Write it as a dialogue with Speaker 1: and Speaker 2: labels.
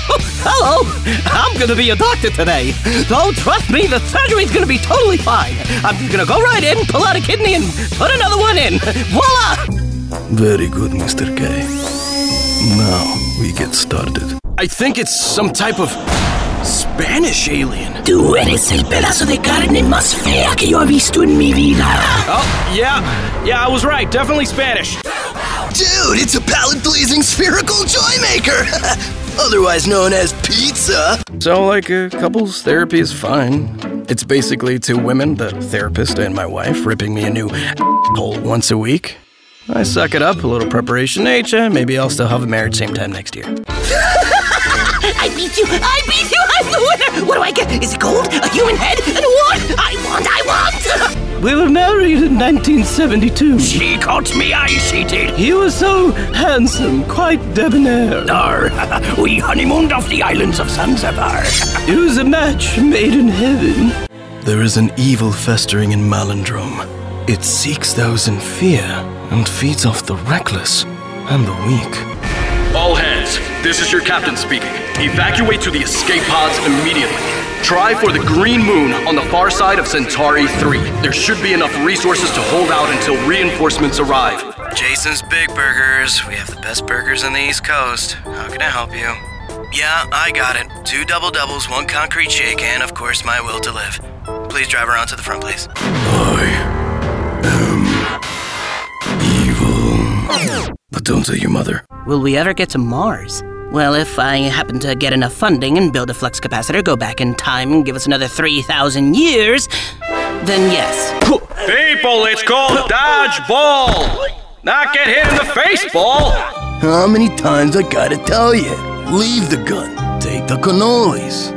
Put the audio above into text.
Speaker 1: Hello, I'm gonna be a doctor today. Though, trust me, the surgery's gonna be totally fine. I'm just gonna go right in, pull out a kidney, and put another one in. Voila!
Speaker 2: Very good, Mr. K. Now we get started.
Speaker 3: I think it's some type of Spanish alien.
Speaker 4: Tú eres el pedazo de carne más fea que yo he visto en mi vida.
Speaker 3: Oh, yeah. Yeah, I was right. Definitely Spanish.
Speaker 5: Dude, it's a palate pleasing spherical joy maker! Otherwise known as pizza.
Speaker 2: So, like, a couple's therapy is fine. It's basically two women, the therapist and my wife, ripping me a new hole once a week. I suck it up, a little preparation nature. Maybe I'll still have a marriage same time next year.
Speaker 4: I beat you! I beat you! I'm the winner! What do I get? Is it gold? A human head? An award? I want! I want!
Speaker 1: We were married in 1972.
Speaker 4: She caught me eye-seated.
Speaker 1: He was so handsome, quite debonair.
Speaker 4: Arr, we honeymooned off the islands of Zanzibar.
Speaker 1: It was a match made in heaven.
Speaker 2: There is an evil festering in Malandrome. It seeks those in fear and feeds off the reckless and the weak.
Speaker 3: All hands, this is your captain speaking. Evacuate to the escape pods immediately. Try for the green moon on the far side of Centauri 3. There should be enough resources to hold out until reinforcements arrive.
Speaker 6: Jason's Big Burgers. We have the best burgers on the East Coast. How can I help you? Yeah, I got it. Two double doubles, one concrete shake, and of course, my will to live. Please drive around to the front, please.
Speaker 2: But don't tell your mother.
Speaker 1: Will we ever get to Mars? Well, if I happen to get enough funding and build a flux capacitor, go back in time and give us another 3,000 years, then yes.
Speaker 3: People, it's called dodgeball. Not get hit in the face, ball.
Speaker 5: How many times I gotta tell you? Leave the gun. Take the cannolis.